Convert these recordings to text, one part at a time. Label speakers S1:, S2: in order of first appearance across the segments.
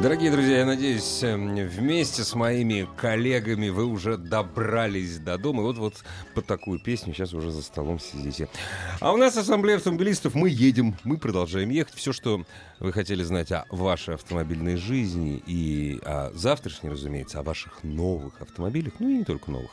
S1: Дорогие друзья, я надеюсь, э, вместе с моими коллегами вы уже добрались до дома. И Вот-вот под такую песню сейчас уже за столом сидите. А у нас ассамблея автомобилистов. Мы едем, мы продолжаем ехать. Все, что вы хотели знать о вашей автомобильной жизни и о завтрашней, разумеется, о ваших новых автомобилях, ну и не только новых.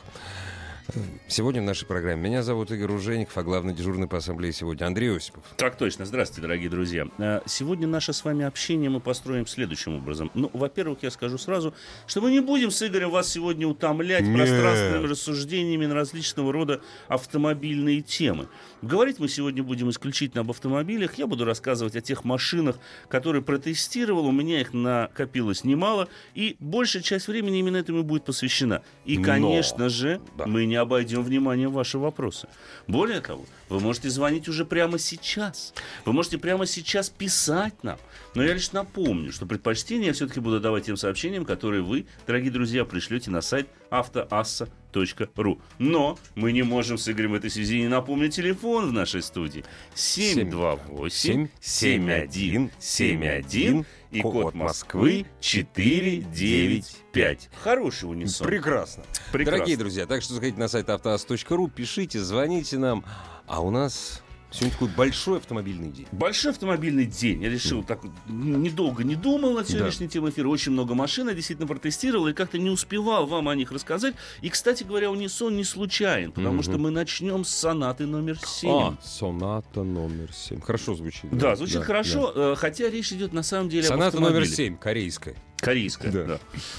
S1: Сегодня в нашей программе. Меня зовут Игорь Ужеников, а главный дежурный по ассамблее сегодня Андрей Осипов.
S2: Так точно. Здравствуйте, дорогие друзья. Э, Сегодня наше с вами общение мы построим следующим образом. Ну, во-первых, я скажу сразу, что мы не будем с Игорем вас сегодня утомлять
S1: Нет.
S2: пространственными рассуждениями на различного рода автомобильные темы. Говорить мы сегодня будем исключительно об автомобилях. Я буду рассказывать о тех машинах, которые протестировал. У меня их накопилось немало. И большая часть времени именно этому и будет посвящена. И,
S1: Но.
S2: конечно же,
S1: Да.
S2: мы не обойдем вниманием ваши вопросы. Более того, вы можете звонить уже прямо сейчас. Вы можете прямо сейчас писать нам. Но я лишь напомню, что предпочтение я все-таки буду давать тем сообщениям, которые вы, дорогие друзья, пришлете на сайт автоасса.ру. Но мы не можем с Игорем в этой связи не напомнить телефон в нашей студии. 728 71 71 и код Москвы 495. Хороший унисон.
S1: Прекрасно.
S2: Прекрасно.
S1: Дорогие друзья, так что заходите на сайт автоаз.ру, пишите, звоните нам. А у нас сегодня такой большой автомобильный день.
S2: Большой автомобильный день. Я решил так вот, н- недолго не думал над сегодняшней темой эфира. Очень много машин я действительно протестировал и как-то не успевал вам о них рассказать. И, кстати говоря, унисон не случайен, потому
S1: Мгм. А,
S2: что мы начнем с соната номер 7.
S1: соната номер 7. Хорошо звучит.
S2: Да, звучит хорошо, э, хотя речь идет на самом
S1: да.
S2: деле об
S1: Соната номер
S2: автомобиле.
S1: 7, корейская.
S2: Корейская,
S1: Да.
S2: да.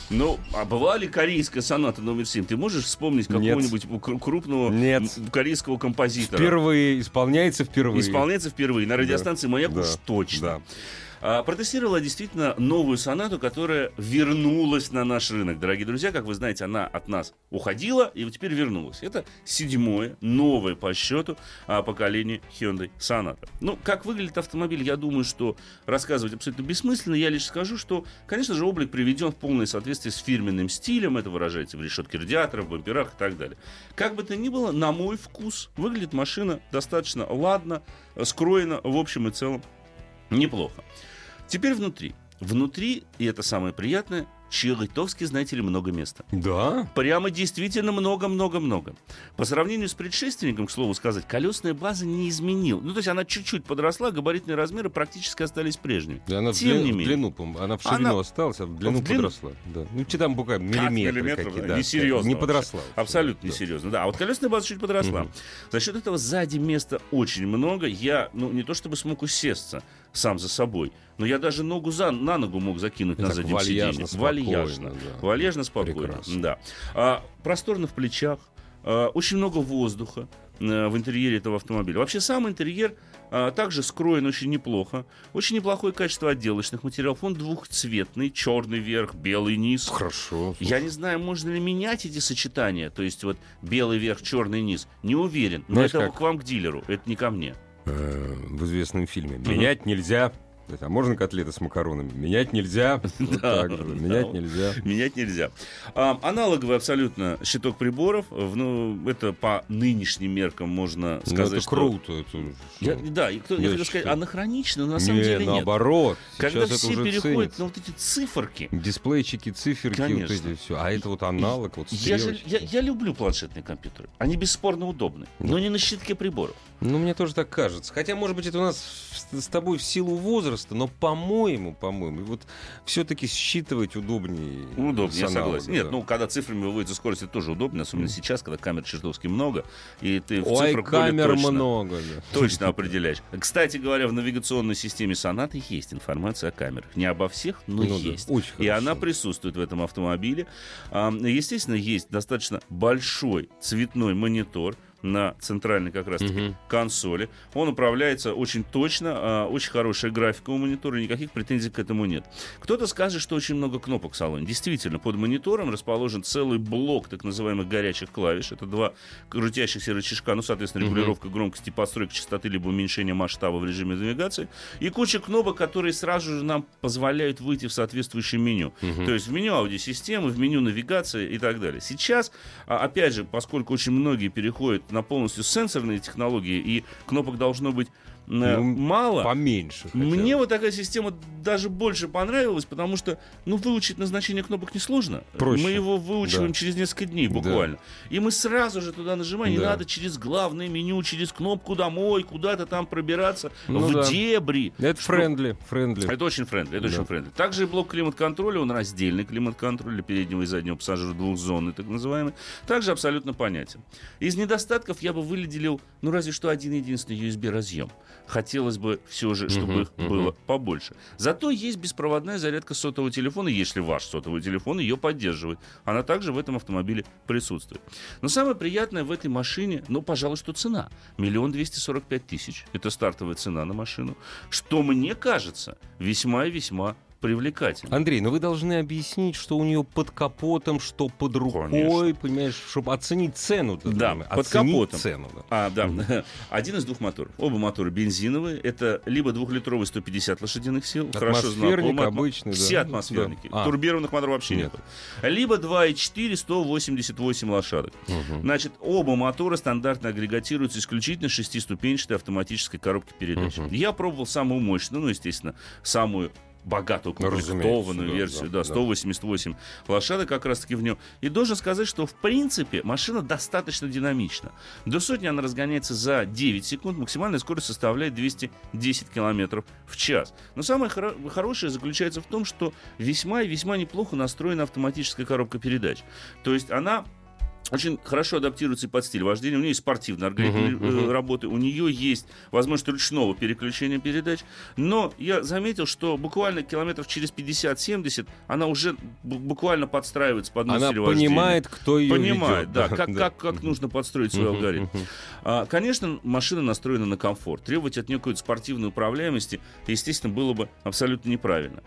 S2: Ну, а была ли корейская соната номер 7? Ты можешь вспомнить
S1: Нет.
S2: какого-нибудь кру- крупного
S1: Нет.
S2: м, корейского композитора?
S1: Впервые, исполняется впервые.
S2: Исполняется впервые на радиостанции «Маяк»
S1: Да.
S2: уж точно.
S1: Да.
S2: А, Протестировала действительно новую сонату, которая вернулась на наш рынок. Дорогие друзья, как вы знаете, она от нас уходила и вот теперь вернулась. Это седьмое, новое по счету а, поколение Hyundai Sonata. Ну, как выглядит автомобиль, я думаю, что рассказывать абсолютно бессмысленно. Я лишь скажу, что, конечно же, облик приведен в полное соответствие с фирменным стилем. Это выражается в решетке радиаторов, бамперах и так далее. Как бы то ни было, на мой вкус, выглядит машина достаточно ладно, э, скроена в общем и целом неплохо. Теперь внутри. Внутри, и это самое приятное, Чирлитовский, знаете ли, много места.
S1: Да?
S2: Прямо действительно много-много-много. По сравнению с предшественником, к слову сказать, колесная база не изменила. Ну, то есть она чуть-чуть подросла, габаритные размеры практически остались прежними.
S1: Да, Она в,
S2: Тем
S1: длину,
S2: не
S1: в
S2: менее.
S1: длину, по-моему, она в ширину
S2: Она-
S1: осталась, а в длину
S2: В длину?
S1: подросла. Да. Ну, тебе там буквально миллиметры
S2: миллиметров,
S1: какие-то.
S2: да,
S1: да.
S2: несерьезно
S1: Не
S2: вообще.
S1: подросла.
S2: Абсолютно
S1: Да.
S2: серьезно. Да, а вот колесная база чуть подросла.
S1: Мгм.
S2: За счет этого сзади места очень много. Я, ну, не то чтобы смог усесться сам за собой, но я даже ногу за, на ногу мог закинуть
S1: И
S2: на
S1: Ну так
S2: заднем
S1: вальяжно,
S2: сиденье.
S1: спокойно,
S2: Вальяжно.
S1: да.
S2: Вальяжно, спокойно.
S1: Прекрасно.
S2: Да. А, просторно в плечах, а, очень много воздуха э, в интерьере этого автомобиля. Вообще сам интерьер а, также скроен очень неплохо. Очень неплохое качество отделочных материалов. Он двухцветный, черный верх, белый низ.
S1: Хорошо.
S2: Я не знаю, можно ли менять эти сочетания, то есть вот белый верх, черный низ. Не уверен. Но
S1: Знаешь,
S2: это
S1: как?
S2: к вам к дилеру, это не ко мне.
S1: э, в известном фильме. Менять нельзя. Это, а можно котлеты с макаронами? Менять нельзя. Вот
S2: Да,
S1: так же.
S2: да.
S1: Менять нельзя. Ну,
S2: Менять нельзя. А, аналоговый абсолютно щиток приборов. В- Ну, это по нынешним меркам можно
S1: Ну,
S2: сказать.
S1: это
S2: что-
S1: круто. это, ну,
S2: Я- да, и кто- я
S1: Я
S2: хотел сказать,
S1: считаю.
S2: анахронично, но на самом
S1: не,
S2: деле нет.
S1: наоборот.
S2: Когда
S1: Сейчас
S2: все
S1: это уже
S2: переходят
S1: ценится.
S2: на вот эти циферки,
S1: Дисплейчики, циферки,
S2: Конечно.
S1: вот эти все. А это вот аналог, вот
S2: я, же-
S1: стрелочки.
S2: я, я люблю планшетные компьютеры. Они бесспорно удобны, но не на щитке приборов.
S1: Ну, мне тоже так кажется. Хотя, может быть, это у нас с- с тобой в силу возраста, но, по-моему, по-моему, вот все-таки считывать удобнее.
S2: Удобно,
S1: с
S2: Ну, я
S1: аналога,
S2: согласен. Нет,
S1: да.
S2: ну когда цифрами выводится скорость, это тоже удобно, особенно сейчас, когда камер чертовски много, и ты в
S1: Ой,
S2: цифрах более
S1: камер
S2: точно-
S1: много. да.
S2: Точно определяешь. Кстати говоря, в навигационной системе Сонаты есть информация о камерах. Не обо всех, но
S1: Ну да,
S2: есть.
S1: очень
S2: И
S1: хорошо.
S2: она присутствует в этом автомобиле. А, Естественно, есть достаточно большой цветной монитор. на центральной как раз
S1: Мгм.
S2: консоли. Он управляется очень точно, а, очень хорошая графика у монитора, никаких претензий к этому нет. Кто-то скажет, что очень много кнопок в салоне. Действительно, под монитором расположен целый блок так называемых горячих клавиш. Это два крутящихся рычажка, ну, соответственно,
S1: Мгм.
S2: регулировка громкости, подстройка частоты, либо уменьшение масштаба в режиме навигации. И куча кнопок, которые сразу же нам позволяют выйти в соответствующее меню.
S1: Мгм.
S2: То есть в меню аудиосистемы, в меню навигации и так далее. Сейчас, а, опять же, поскольку очень многие переходят на полностью сенсорные технологии, и кнопок должно быть э,
S1: Ну,
S2: мало.
S1: Поменьше. хотя бы.
S2: Мне вот такая система даже больше понравилась, потому что, ну, выучить назначение кнопок несложно.
S1: Проще.
S2: Мы его выучиваем
S1: Да.
S2: через несколько дней буквально. И мы сразу же туда нажимаем, не
S1: Да.
S2: надо через главное меню, через кнопку домой, куда-то там пробираться,
S1: Ну
S2: в
S1: да.
S2: дебри.
S1: Это
S2: Что-
S1: френдли, френдли.
S2: Это очень френдли, это
S1: Да.
S2: очень френдли. Также и блок климат-контроля, он раздельный климат-контроль для переднего и заднего пассажира двухзонный, так называемый. Также абсолютно понятен. Из недостатков я бы выделил, ну разве что один единственный USB разъем. Хотелось бы все же, чтобы
S1: Мгм,
S2: их
S1: мгм.
S2: было побольше. Зато есть беспроводная зарядка сотового телефона, если ваш сотовый телефон ее поддерживает. Она также в этом автомобиле присутствует. Но самое приятное в этой машине, ну, пожалуй, что цена. Миллион двести сорок пять тысяч. Это стартовая цена на машину. Что, мне кажется, весьма и весьма привлекательно.
S1: Андрей, ну вы должны объяснить, что у нее под капотом, что под рукой,
S2: Конечно.
S1: понимаешь, чтобы оценить цену. ты
S2: Да,
S1: понимаешь,
S2: под
S1: оценить
S2: капотом.
S1: цену. да.
S2: А, да. Один из двух моторов. Оба мотора бензиновые. Это либо двухлитровый 150 лошадиных сил. Хорошо
S1: Атмосферник
S2: знакомый.
S1: обычный, да.
S2: Все атмосферники.
S1: Да. А.
S2: Турбированных моторов вообще
S1: Нет.
S2: нет. Либо 2,4, 188 лошадок.
S1: Мгм.
S2: Значит, оба мотора стандартно агрегатируются исключительно шестиступенчатой автоматической коробки передач.
S1: Мгм.
S2: Я пробовал самую мощную, ну, естественно, самую богатую
S1: Ну, разумеется,
S2: комплектованную
S1: да,
S2: версию,
S1: да,
S2: да,
S1: да.
S2: 188 лошадок как раз-таки в нем. И должен сказать, что в принципе машина достаточно динамична. До сотни она разгоняется за 9 секунд, максимальная скорость составляет 210 километров в час. Но самое хоро- хорошее заключается в том, что весьма и весьма неплохо настроена автоматическая коробка передач. То есть она очень хорошо адаптируется и под стиль вождения. У нее есть спортивный алгоритм
S1: Мгм, мгм.
S2: э, работы, у нее есть возможность ручного переключения передач. Но я заметил, что буквально километров через 50-70 она уже бу- буквально подстраивается под мой
S1: Она
S2: стиль вождения.
S1: понимает, кто ее
S2: Ну, Понимает,
S1: ведет.
S2: да, как, как, как
S1: Мгм.
S2: нужно подстроить свой
S1: Мгм,
S2: алгоритм.
S1: мгм.
S2: А, Конечно, машина настроена на комфорт. Требовать от нее какой-то спортивной управляемости, естественно, было бы абсолютно неправильно.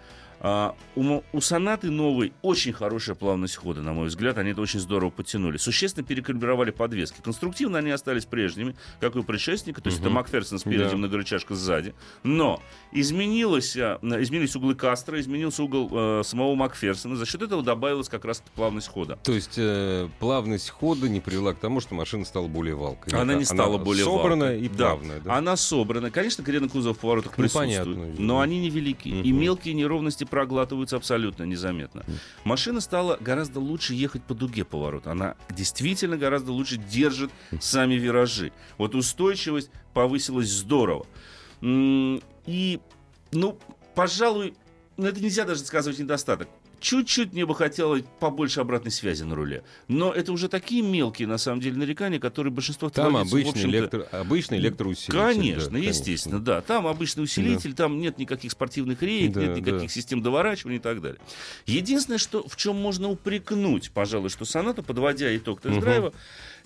S2: А, У, мо- у Сонаты новой очень хорошая плавность хода, на мой взгляд. Они это очень здорово подтянули. Существенно перекалибровали подвески. Конструктивно они остались прежними, как и у предшественника. То есть это
S1: Мгм.
S2: Макферсон спереди,
S1: Да.
S2: многорычажка сзади. Но изменилось, а, на- изменились углы Кастро, изменился угол э, самого Макферсона. За счет этого добавилась как раз плавность хода.
S1: То есть э, плавность хода не привела к тому, что машина стала более валкой.
S2: Она
S1: Это
S2: не стала более
S1: собранная
S2: валкой.
S1: и
S2: Да.
S1: плавная. да?
S2: Она собрана. Конечно, крен и кузов в поворотах
S1: Ну,
S2: присутствуют,
S1: понятно.
S2: но они невелики. И
S1: Мгм.
S2: мелкие неровности проглатываются абсолютно незаметно. Машина стала гораздо лучше ехать по дуге поворота. Она действительно гораздо лучше держит сами виражи. Вот устойчивость повысилась здорово. М, И, ну, пожалуй, ну, это нельзя даже сказывать недостаток. Чуть-чуть мне бы хотелось побольше обратной связи на руле. Но это уже такие мелкие, на самом деле, нарекания, которые большинство
S1: Там
S2: автовладельцев, в
S1: обычный,
S2: общем-то, ну,
S1: электро... обычный электроусилитель. да,
S2: Конечно, естественно, да. Там обычный усилитель, там нет никаких спортивных реек,
S1: Да,
S2: нет никаких
S1: да.
S2: систем доворачивания и так далее. Единственное, что, в чем можно упрекнуть, пожалуй, что сонату, подводя итог тест-драйва,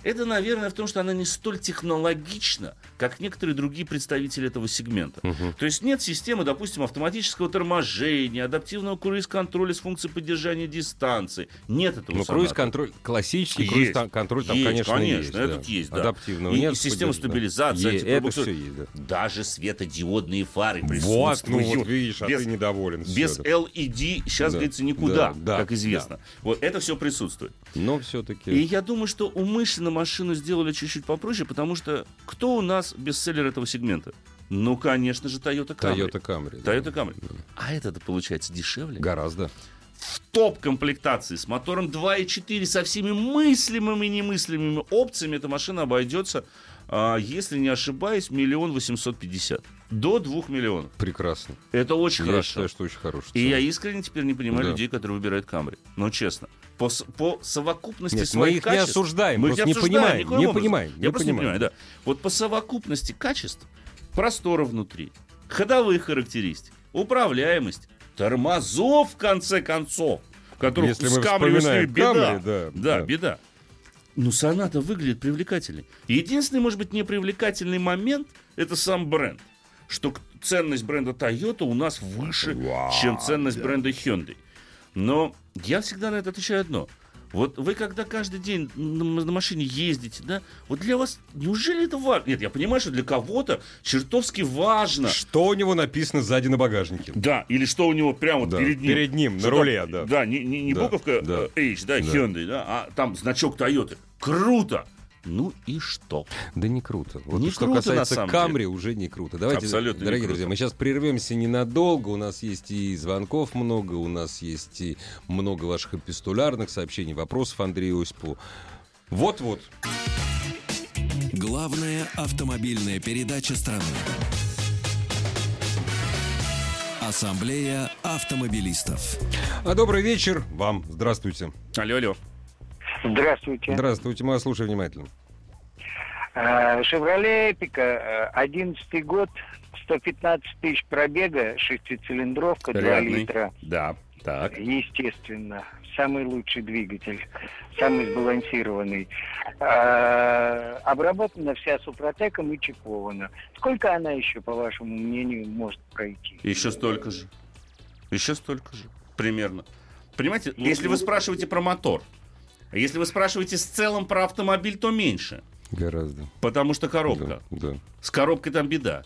S2: это, наверное, в том, что она не столь технологична, как некоторые другие представители этого сегмента.
S1: Мгм.
S2: То есть нет системы, допустим, автоматического торможения, адаптивного круиз-контроля с функцией поддержания дистанции. Нет этого. у
S1: Ну,
S2: «Соната».
S1: круиз-контроль, классический
S2: Есть.
S1: круиз-контроль там,
S2: Есть,
S1: конечно,
S2: конечно,
S1: есть.
S2: это есть, да.
S1: Адаптивного
S2: И-
S1: нет.
S2: и система
S1: поддержки, да.
S2: стабилизации, типа,
S1: Е- Это
S2: антиблоксу-
S1: все есть, да.
S2: Даже светодиодные фары
S1: Вот, ну
S2: присутствуют.
S1: вот видишь, а
S2: без-
S1: ты недоволен. всё,
S2: Без
S1: да.
S2: LED сейчас,
S1: Да,
S2: говорится, никуда,
S1: да, да,
S2: как известно. Вот это все присутствует.
S1: Но
S2: э, И
S1: все-таки...
S2: я думаю, что умышленно машину сделали чуть-чуть попроще, потому что кто у нас бестселлер этого сегмента? Ну, конечно же, Toyota Camry.
S1: Toyota Camry. да.
S2: Toyota Camry. А это-то получается дешевле.
S1: Гораздо.
S2: В топ-комплектации с мотором 2.4 со всеми мыслимыми и немыслимыми опциями эта машина обойдется, а, если не ошибаюсь, миллион восемьсот пятьдесят. До двух миллионов.
S1: Прекрасно.
S2: Это очень
S1: Я
S2: хорошо.
S1: считаю, что очень хороший.
S2: И я
S1: цена.
S2: искренне теперь не понимаю
S1: Да.
S2: людей, которые выбирают Камри. Ну, честно. По, с- по совокупности
S1: Нет, мы
S2: своих
S1: их не
S2: качеств...
S1: осуждаем,
S2: мы их
S1: просто
S2: не
S1: не
S2: осуждаем
S1: понимаем,
S2: никоим
S1: не
S2: образом.
S1: понимаем,
S2: Я
S1: не
S2: просто не
S1: понимаем.
S2: понимаю, да. Вот по совокупности качеств, простора внутри, ходовые характеристики, управляемость, тормозов, в конце концов, которых
S1: Если
S2: с
S1: мы
S2: Камри у
S1: вспоминаем
S2: них беда.
S1: Camry, да,
S2: да,
S1: да.
S2: беда. но соната выглядит привлекательной. Единственный, может быть, непривлекательный момент – это сам бренд. Что к- ценность бренда Toyota у нас выше,
S1: Вау,
S2: чем ценность бренда Hyundai. Но я всегда на это отвечаю одно. Вот вы когда каждый день на м- на машине ездите, да, вот для вас неужели это важно? Нет, я понимаю, что для кого-то чертовски важно.
S1: Что у него написано сзади на багажнике?
S2: Да, или что у него прямо вот
S1: Да,
S2: перед ним.
S1: перед ним, на
S2: Что
S1: руле,
S2: там,
S1: да.
S2: Да, не, не- не
S1: Да,
S2: буковка
S1: да.
S2: э, H, да,
S1: Да.
S2: Hyundai, да, а там значок Toyota. Круто! Ну и что?
S1: Да не круто. Вот
S2: Не
S1: что
S2: круто, на
S1: касается
S2: самом
S1: Камри, уже не круто. Давайте,
S2: Абсолютно не
S1: дорогие
S2: круто.
S1: друзья, мы сейчас прервемся ненадолго. У нас есть и звонков много, у нас есть и много ваших эпистулярных сообщений, вопросов Андрею Осипу. Вот-вот.
S3: Главная автомобильная передача страны. Ассамблея автомобилистов.
S1: А добрый вечер вам. Здравствуйте.
S2: Алло, алло.
S4: Здравствуйте.
S1: Здравствуйте, мы вас слушаем внимательно.
S4: Э, «Шевроле Эпика», э, 11 год, 115 тысяч пробега, шестицилиндровка, 2
S2: Рядный.
S4: литра.
S2: Да, так.
S4: Естественно, самый лучший двигатель, самый сбалансированный. Э, обработана вся супротеком и чипована. Сколько она еще, по вашему мнению, может пройти?
S2: Еще столько же. Еще столько же. Примерно. Понимаете,
S1: Ну,
S2: если вы спрашиваете про мотор, а если вы спрашиваете с целом про автомобиль, то меньше.
S1: Гораздо.
S2: Потому что коробка.
S1: Да.
S2: С коробкой там беда.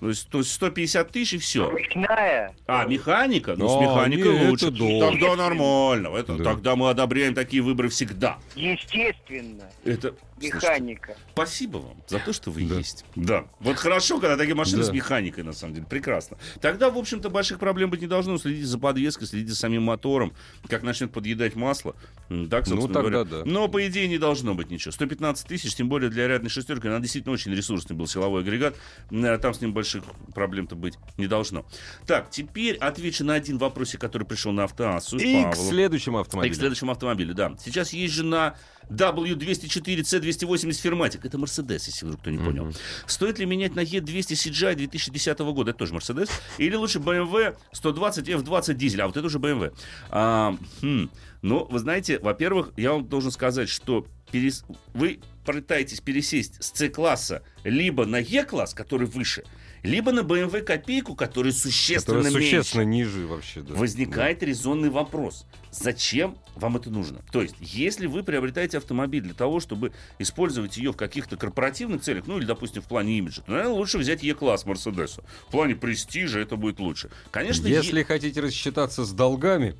S2: То есть, то есть 150 тысяч и все.
S4: Ручная?
S2: А, механика? Ну,
S1: А,
S2: с механикой
S1: не,
S2: лучше.
S1: это да.
S2: Тогда нормально. Это,
S1: Да.
S2: Тогда мы одобряем такие выборы всегда.
S4: Естественно,
S2: Это... Слушайте,
S4: механика.
S2: спасибо вам за то, что вы
S1: Да.
S2: есть. Да. Вот хорошо, когда такие машины
S1: Да.
S2: с механикой, на самом деле. Прекрасно. Тогда, в общем-то, больших проблем быть не должно. Следите за подвеской, следите за самим мотором. Как начнет подъедать масло. м, Так,
S1: Ну,
S2: собственно
S1: тогда
S2: говоря.
S1: да.
S2: Но, по идее, не должно быть ничего. 115 тысяч, тем более для рядной шестерки. Она действительно очень ресурсный был силовой агрегат. Э, Там с ним больших проблем-то быть не должно. Так, теперь отвечу на один вопросик, который пришел на автоассу.
S1: И к
S2: Павлу.
S1: следующему
S2: И
S1: автомобилю.
S2: к следующему автомобилю, да. Сейчас езжу на W204C280 Ферматик. Это Мерседес, если вдруг кто не понял. Стоит ли менять на E200 CGI 2010 года? Это тоже Мерседес. Или лучше BMW 120 F20 дизель? А вот это уже BMW. А, хм. Ну, вы знаете, во-первых, я вам должен сказать, что перес- вы пытаетесь пересесть с C-класса либо на E-класс, который выше, либо на BMW копейку, который существенно
S1: Которая
S2: меньше
S1: существенно ниже вообще. Да.
S2: возникает резонный вопрос. Зачем вам это нужно? То есть, если вы приобретаете автомобиль для того, чтобы использовать ее в каких-то корпоративных целях, ну или, допустим, в плане имиджа, то, наверное, лучше взять Е-класс Мерседеса. В плане престижа это будет лучше. Конечно, Е-
S1: Если хотите рассчитаться с долгами,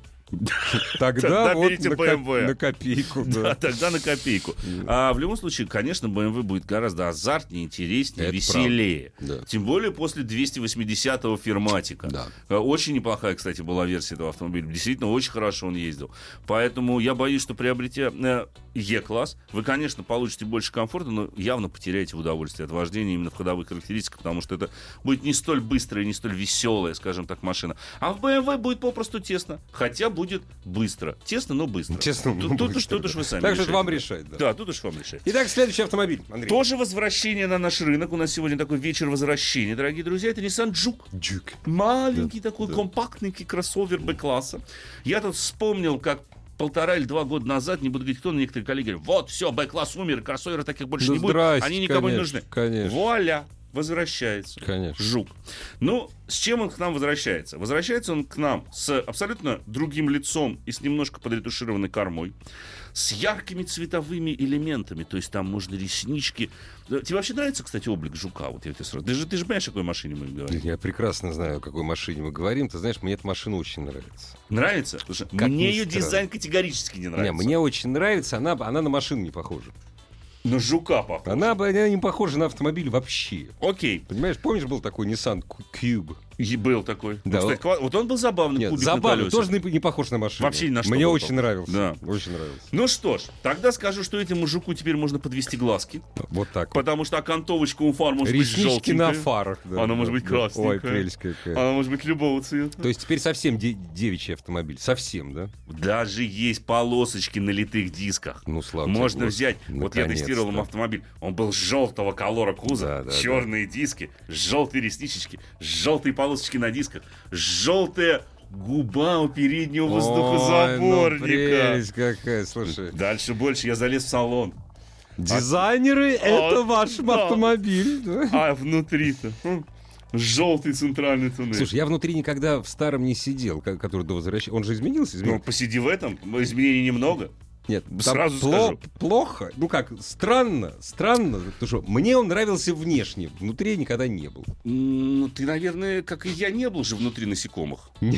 S2: Тогда
S1: тогда вот
S2: берите
S1: на ко-
S2: BMW.
S1: на копейку.
S2: Да,
S1: да.
S2: тогда на копейку. А в любом случае, конечно, BMW будет гораздо азартнее, интереснее,
S1: Это
S2: веселее.
S1: правда. Да.
S2: Тем более после 280-го ферматика.
S1: Да.
S2: Э, Очень неплохая, кстати, была версия этого автомобиля. Действительно, очень хорошо он ездил. Поэтому я боюсь, что приобретя э, Е-класс, вы, конечно, получите больше комфорта, но явно потеряете удовольствие от вождения именно в ходовых характеристиках, потому что это будет не столь быстрая, не столь веселая, скажем так, машина. А в BMW будет попросту тесно, хотя будет быстро. Тесно, но быстро.
S1: Честно,
S2: Тут, тут уж, тут уж вы сами
S1: Так что это
S2: решаете.
S1: вам решать, да.
S2: Да, тут уж вам решать.
S1: Итак, следующий автомобиль, Андрей.
S2: Тоже возвращение на наш рынок. У нас сегодня такой вечер возвращения, дорогие друзья. Это Nissan Juke.
S1: Джук.
S2: Маленький такой компактненький кроссовер Б-класса. Я тут вспомнил, как полтора или два года назад, не буду говорить, кто, но некоторые коллеги говорят, вот, все, Б-класс умер, кроссоверы таких больше
S1: Да
S2: не будет,
S1: Ну, здрасте,
S2: они никому не
S1: конечно,
S2: нужны.
S1: конечно.
S2: Вуаля, возвращается.
S1: Конечно.
S2: Жук. Ну, с чем он к нам возвращается? Возвращается он к нам с абсолютно другим лицом и с немножко подретушированной кормой, с яркими цветовыми элементами, то есть там можно реснички. Да, Тебе вообще нравится, кстати, облик жука? Вот я тебе сразу. Ты же, ты же понимаешь, о какой машине мы говорим?
S1: Я прекрасно знаю, о какой машине мы говорим. Ты знаешь, мне эта машина очень нравится.
S2: Нравится? Потому что
S1: Как ни
S2: мне ее
S1: странно.
S2: дизайн категорически не
S1: Не,
S2: нравится.
S1: мне очень нравится. Она, она на машину не похожа.
S2: На жука похоже.
S1: Она, бы- она не похожа на автомобиль вообще.
S2: Окей,
S1: Понимаешь, помнишь, был такой Nissan Q- Cube?
S2: и был такой.
S1: Да,
S2: Ну, кстати, ква- вот он был забавный
S1: Нет,
S2: Ну, кубик на
S1: забавно,
S2: колесе.
S1: тоже не, не похож на машину.
S2: Вообще ни на что
S1: Мне
S2: был
S1: очень
S2: похож.
S1: нравился.
S2: Да.
S1: Очень нравился.
S2: Ну что ж, тогда скажу, что этому жуку теперь можно подвести глазки,
S1: Вот так. вот.
S2: потому что окантовочка у фар может быть
S1: Реснички
S2: желтенькая.
S1: на фарах. да,
S2: Она
S1: да,
S2: может быть
S1: да. Ой,
S2: красненькая.
S1: прельская какая.
S2: Она может быть любого цвета.
S1: То есть теперь совсем де- девичий автомобиль. Совсем, да?
S2: Даже есть полосочки на литых дисках.
S1: Ну, слава
S2: Можно
S1: тебе,
S2: взять,
S1: Господи,
S2: вот я
S1: наконец-то.
S2: тестировал им автомобиль, он был желтого колора
S1: Да,
S2: кузов,
S1: да,
S2: черные диски, желтые ресничечки, желтые полосочки на дисках, желтая губа у переднего
S1: Ой, ну,
S2: воздухозаборника.
S1: прелесть какая, слушай.
S2: Дальше больше я залез в салон.
S1: Дизайнеры — это ваш
S2: да.
S1: автомобиль. да.
S2: А внутри-то хм, желтый центральный туннель.
S1: Слушай, я внутри никогда в старом не сидел, ко- который до возвращения. Он же изменился?
S2: ну
S1: изменился?
S2: посиди в этом, изменений немного.
S1: Нет, там
S2: сразу
S1: пло-
S2: скажу.
S1: плохо. Ну как, странно, странно. Потому что мне он нравился внешне, внутри никогда не был.
S2: Ну, ты, наверное, как и я, не был же внутри насекомых.
S1: Ни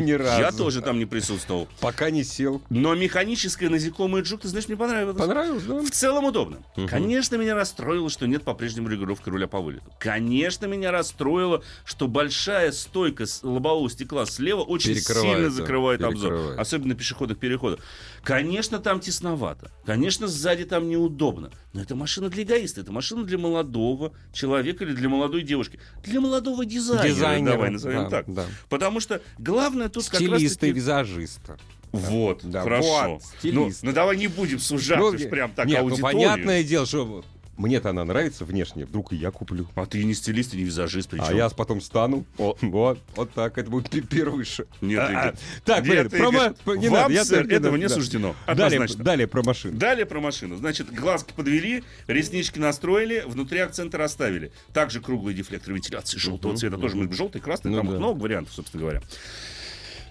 S1: ни разу.
S2: Я тоже там не присутствовал.
S1: Пока не сел.
S2: Но механическое насекомое джук, ты знаешь, мне понравилось.
S1: Понравилось, да?
S2: В целом удобно.
S1: Мгм.
S2: Конечно, меня расстроило, что нет по-прежнему регулировки руля по вылету. Конечно, меня расстроило, что большая стойка с- лобового стекла слева очень
S1: Перекрывает,
S2: сильно
S1: да,
S2: закрывает обзор.
S1: перекрывает.
S2: Особенно пешеходных переходов. Конечно, там тесновато. Конечно, сзади там неудобно. Но это машина для эгоиста. Это машина для молодого человека или для молодой девушки. Для молодого дизайнера. Давай назовем
S1: да,
S2: так.
S1: да.
S2: Потому что главное тут как раз
S1: Стилиста и визажиста.
S2: Вот,
S1: Да,
S2: хорошо.
S1: вот,
S2: ну,
S1: стилист.
S2: ну давай не будем сужать
S1: Ну,
S2: уж прям так
S1: нет, ну,
S2: аудиторию.
S1: понятное дело, что мне-то она нравится внешне, вдруг и я куплю.
S2: А ты не стилист и не визажист, причем.
S1: А я потом стану. вот, вот так, это будет пи- первыше.
S2: Нет,
S1: А,
S2: Игорь.
S1: а, Так,
S2: Нет,
S1: блин, про
S2: Игорь,
S1: ма- про- не
S2: вам,
S1: надо, я
S2: сэр,
S1: так не
S2: этого
S1: надо,
S2: не
S1: да.
S2: суждено.
S1: Далее,
S2: Однозначно.
S1: далее про машину.
S2: Далее про машину. Значит, глазки подвели, реснички настроили, внутри акцента расставили. Также круглый дефлектор вентиляции желтого
S1: Мгм,
S2: цвета. Тоже желтый, красный,
S1: Ну
S2: там
S1: да.
S2: много вариантов, собственно говоря.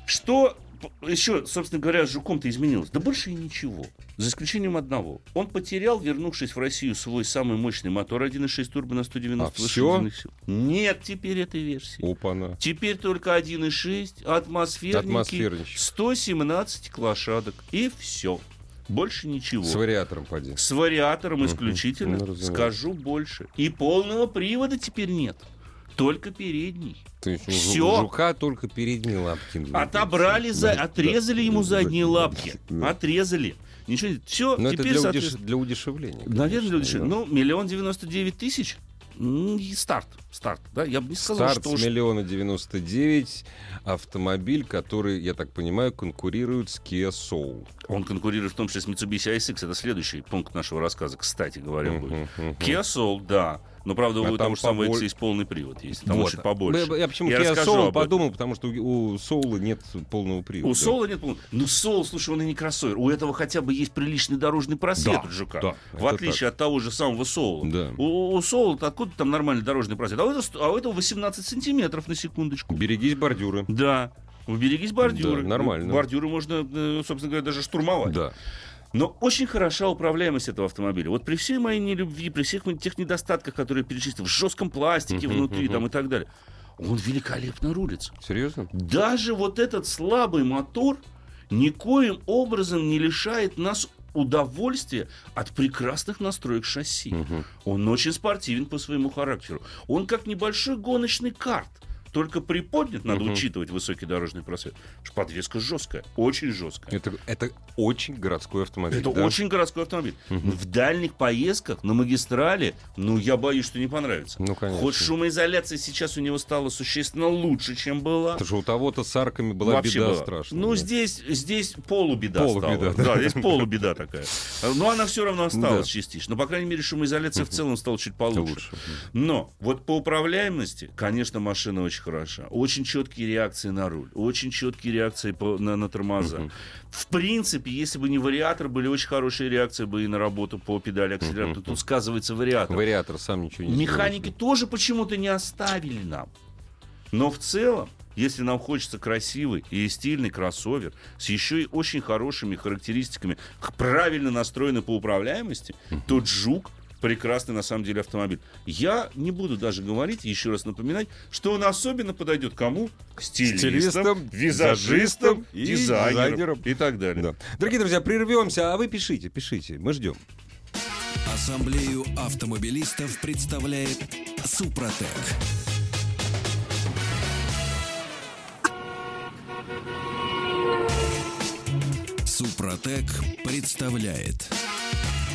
S2: Что п- еще, собственно говоря, с Жуком-то изменилось? Да больше и ничего. За исключением одного. Он потерял, вернувшись в Россию, свой самый мощный мотор 1.6 турбо на 190
S1: А всё?
S2: лошадиных сил. Нет теперь этой версии.
S1: Опа-на.
S2: Теперь только 1,6, атмосферники,
S1: Атмосферничек.
S2: 117 лошадок. И все. Больше ничего.
S1: С вариатором поди.
S2: С вариатором
S1: Мгм.
S2: исключительно.
S1: Ну, разумеется.
S2: Скажу больше. И полного привода теперь нет. Только передний.
S1: То есть у
S2: Всё.
S1: Жу- Жука только передние лапки.
S2: Отобрали, за...
S1: Да,
S2: отрезали
S1: Ну, да,
S2: ему
S1: да,
S2: задние
S1: да,
S2: лапки.
S1: да.
S2: Отрезали. Ничего нет. Все,
S1: Но это
S2: теперь,
S1: для, удеш-
S2: соответственно,
S1: для удешевления.
S2: Наверное,
S1: конечно,
S2: Людочка,
S1: да.
S2: ну, миллион девяносто девять тысяч. М, и Старт. Старт, да? Я бы не сказал,
S1: Старт
S2: что...
S1: с
S2: уж-
S1: миллиона девяносто девять автомобиль, который, я так понимаю, конкурирует с Kia Soul.
S2: Он конкурирует в том числе с Mitsubishi ISX. Это следующий пункт нашего рассказа, кстати говоря. будет.
S1: Мгм, мгм.
S2: Kia Soul, да. Но, правда,
S1: А
S2: у
S1: там
S2: того же самого
S1: поболь-
S2: XC полный привод есть. Там
S1: Вот.
S2: чуть побольше.
S1: Я, я почему
S2: Я
S1: Kia
S2: расскажу об
S1: Soul
S2: этом.
S1: подумал, потому что у, у Soul нет полного привода.
S2: У Сола нет полного. Ну, Сол, слушай, он и не кроссовер. У этого хотя бы есть приличный дорожный просвет
S1: Да,
S2: у Жука.
S1: да,
S2: в
S1: это
S2: отличие от того же самого Сола.
S1: Да.
S2: У, у Сола откуда там нормальный дорожный просвет? А у, этого, ст- а у этого 18 сантиметров на секундочку.
S1: Берегись бордюры.
S2: Да. Уберегись бордюры.
S1: Да, нормально.
S2: Бордюры можно, э, собственно говоря, даже штурмовать.
S1: Да.
S2: Но очень хороша управляемость этого автомобиля. Вот при всей моей нелюбви, при всех моих- тех недостатках, которые я перечислил, в жестком пластике
S1: Мгм,
S2: внутри
S1: мгм.
S2: там и так далее, он великолепно рулится.
S1: Серьезно?
S2: Даже вот этот слабый мотор никоим образом не лишает нас удовольствия от прекрасных настроек шасси.
S1: Мгм.
S2: Он очень спортивен по своему характеру. Он как небольшой гоночный карт. Только приподнят, надо
S1: Мгм.
S2: учитывать высокий дорожный просвет. потому что Подвеска жесткая, очень жесткая.
S1: Это, это очень городской автомобиль.
S2: Это
S1: да?
S2: очень городской автомобиль.
S1: Мгм.
S2: В дальних поездках на магистрали, ну, я боюсь, что не понравится.
S1: Ну, конечно.
S2: Хоть шумоизоляция сейчас у него стала существенно лучше, чем была.
S1: Потому что у того-то с арками была
S2: Вообще
S1: беда
S2: была.
S1: страшная.
S2: Ну,
S1: да.
S2: здесь, здесь полубеда,
S1: Полубеда,
S2: стала. Да. здесь полубеда такая. Но она все равно осталась
S1: Да.
S2: частично. Но, по крайней мере, шумоизоляция в целом стала чуть
S1: Это
S2: получше.
S1: лучше.
S2: Но вот по управляемости, конечно, машина очень хороша. Очень четкие реакции на руль, очень четкие реакции по- на, на тормоза. В принципе, если бы не вариатор, были очень хорошие реакции бы и на работу по педали акселератора. Тут сказывается вариатор.
S1: Вариатор сам ничего не
S2: Механики
S1: сделаешь.
S2: тоже почему-то не оставили нам. Но в целом, если нам хочется красивый и стильный кроссовер с еще и очень хорошими характеристиками, к- правильно настроенный по управляемости, то Джук прекрасный на самом деле автомобиль. Я не буду даже говорить, еще раз напоминать, что он особенно подойдет кому? К стилистам,
S1: Стилистам,
S2: визажистам,
S1: визажистам и
S2: дизайнерам,
S1: дизайнерам.
S2: и так далее.
S1: Да. Дорогие друзья, прервемся, а вы пишите, пишите. Мы ждем.
S3: Ассамблею автомобилистов представляет Супротек. Супротек представляет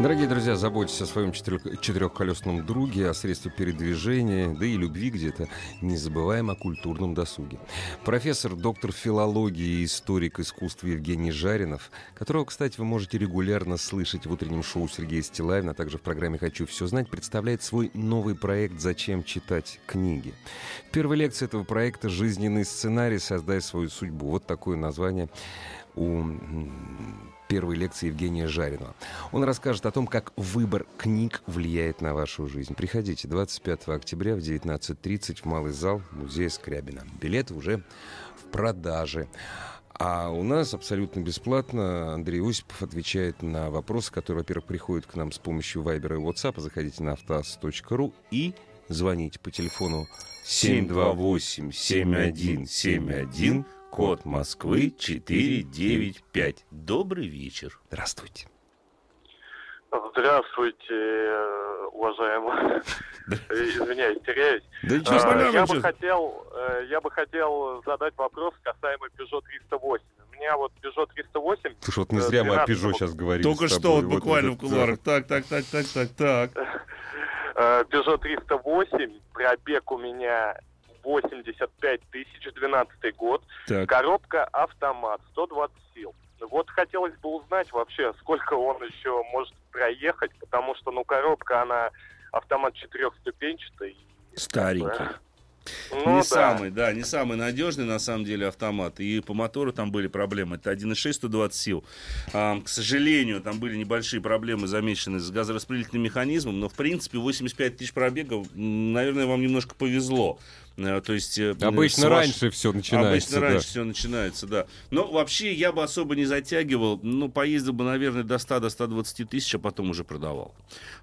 S1: Дорогие друзья, заботьтесь о своем четырех- четырехколесном друге, о средстве передвижения, да и любви где-то. Не забываем о культурном досуге. Профессор, доктор филологии и историк искусства Евгений Жаринов, которого, кстати, вы можете регулярно слышать в утреннем шоу Сергея Стилавина, а также в программе «Хочу все знать», представляет свой новый проект «Зачем читать книги». В первой лекции этого проекта «Жизненный сценарий. Создай свою судьбу». Вот такое название у м, первой лекции Евгения Жаринова. Он расскажет о том, как выбор книг влияет на вашу жизнь. Приходите 25 октября в 19.30 в Малый зал Музея Скрябина. Билеты уже в продаже. А у нас абсолютно бесплатно Андрей Осипов отвечает на вопросы, которые, во-первых, приходят к нам с помощью Вайбера и WhatsApp. Заходите на автоаз.ру и звоните по телефону
S2: 728-7171,
S1: 728-7171,
S2: код Москвы 495. Добрый вечер.
S1: Здравствуйте.
S5: Здравствуйте, э, уважаемые. Извиняюсь, теряюсь.
S1: Да
S2: Чё, с
S5: Э,
S2: нуля
S5: Я
S2: вообще?
S5: бы хотел, э, я бы хотел задать вопрос касаемо Peugeot 308. У меня вот Peugeot 308
S1: Ты что, не зря мы о Пежо сейчас говорили.
S2: Только
S1: с тобой.
S2: что, вот
S1: Вот
S2: буквально в
S1: этот, э,
S2: кулуарах. Так, так, так, так, так, так.
S5: Э, Peugeot 308, пробег у меня 85 тысяч, 12 год,
S2: Так.
S5: коробка автомат, 120 сил. Вот хотелось бы узнать вообще, сколько он еще может проехать, потому что, ну, коробка, она автомат четырехступенчатый.
S2: Старенький.
S5: Ну,
S2: не
S5: да.
S2: самый, да, не самый надежный на самом деле автомат. И по мотору там были проблемы. Это 1.6 120 сил. А, к сожалению, там были небольшие проблемы замечены с газораспределительным механизмом, но в принципе 85 тысяч пробегов, м, наверное, вам немножко повезло. Э, То есть э, с
S1: Обычно
S2: ваш-
S1: раньше все начинается.
S2: Обычно
S1: да.
S2: раньше все начинается, да. Но вообще я бы особо не затягивал. Ну, поездил бы, наверное, до 100, до 120 тысяч, а потом уже продавал.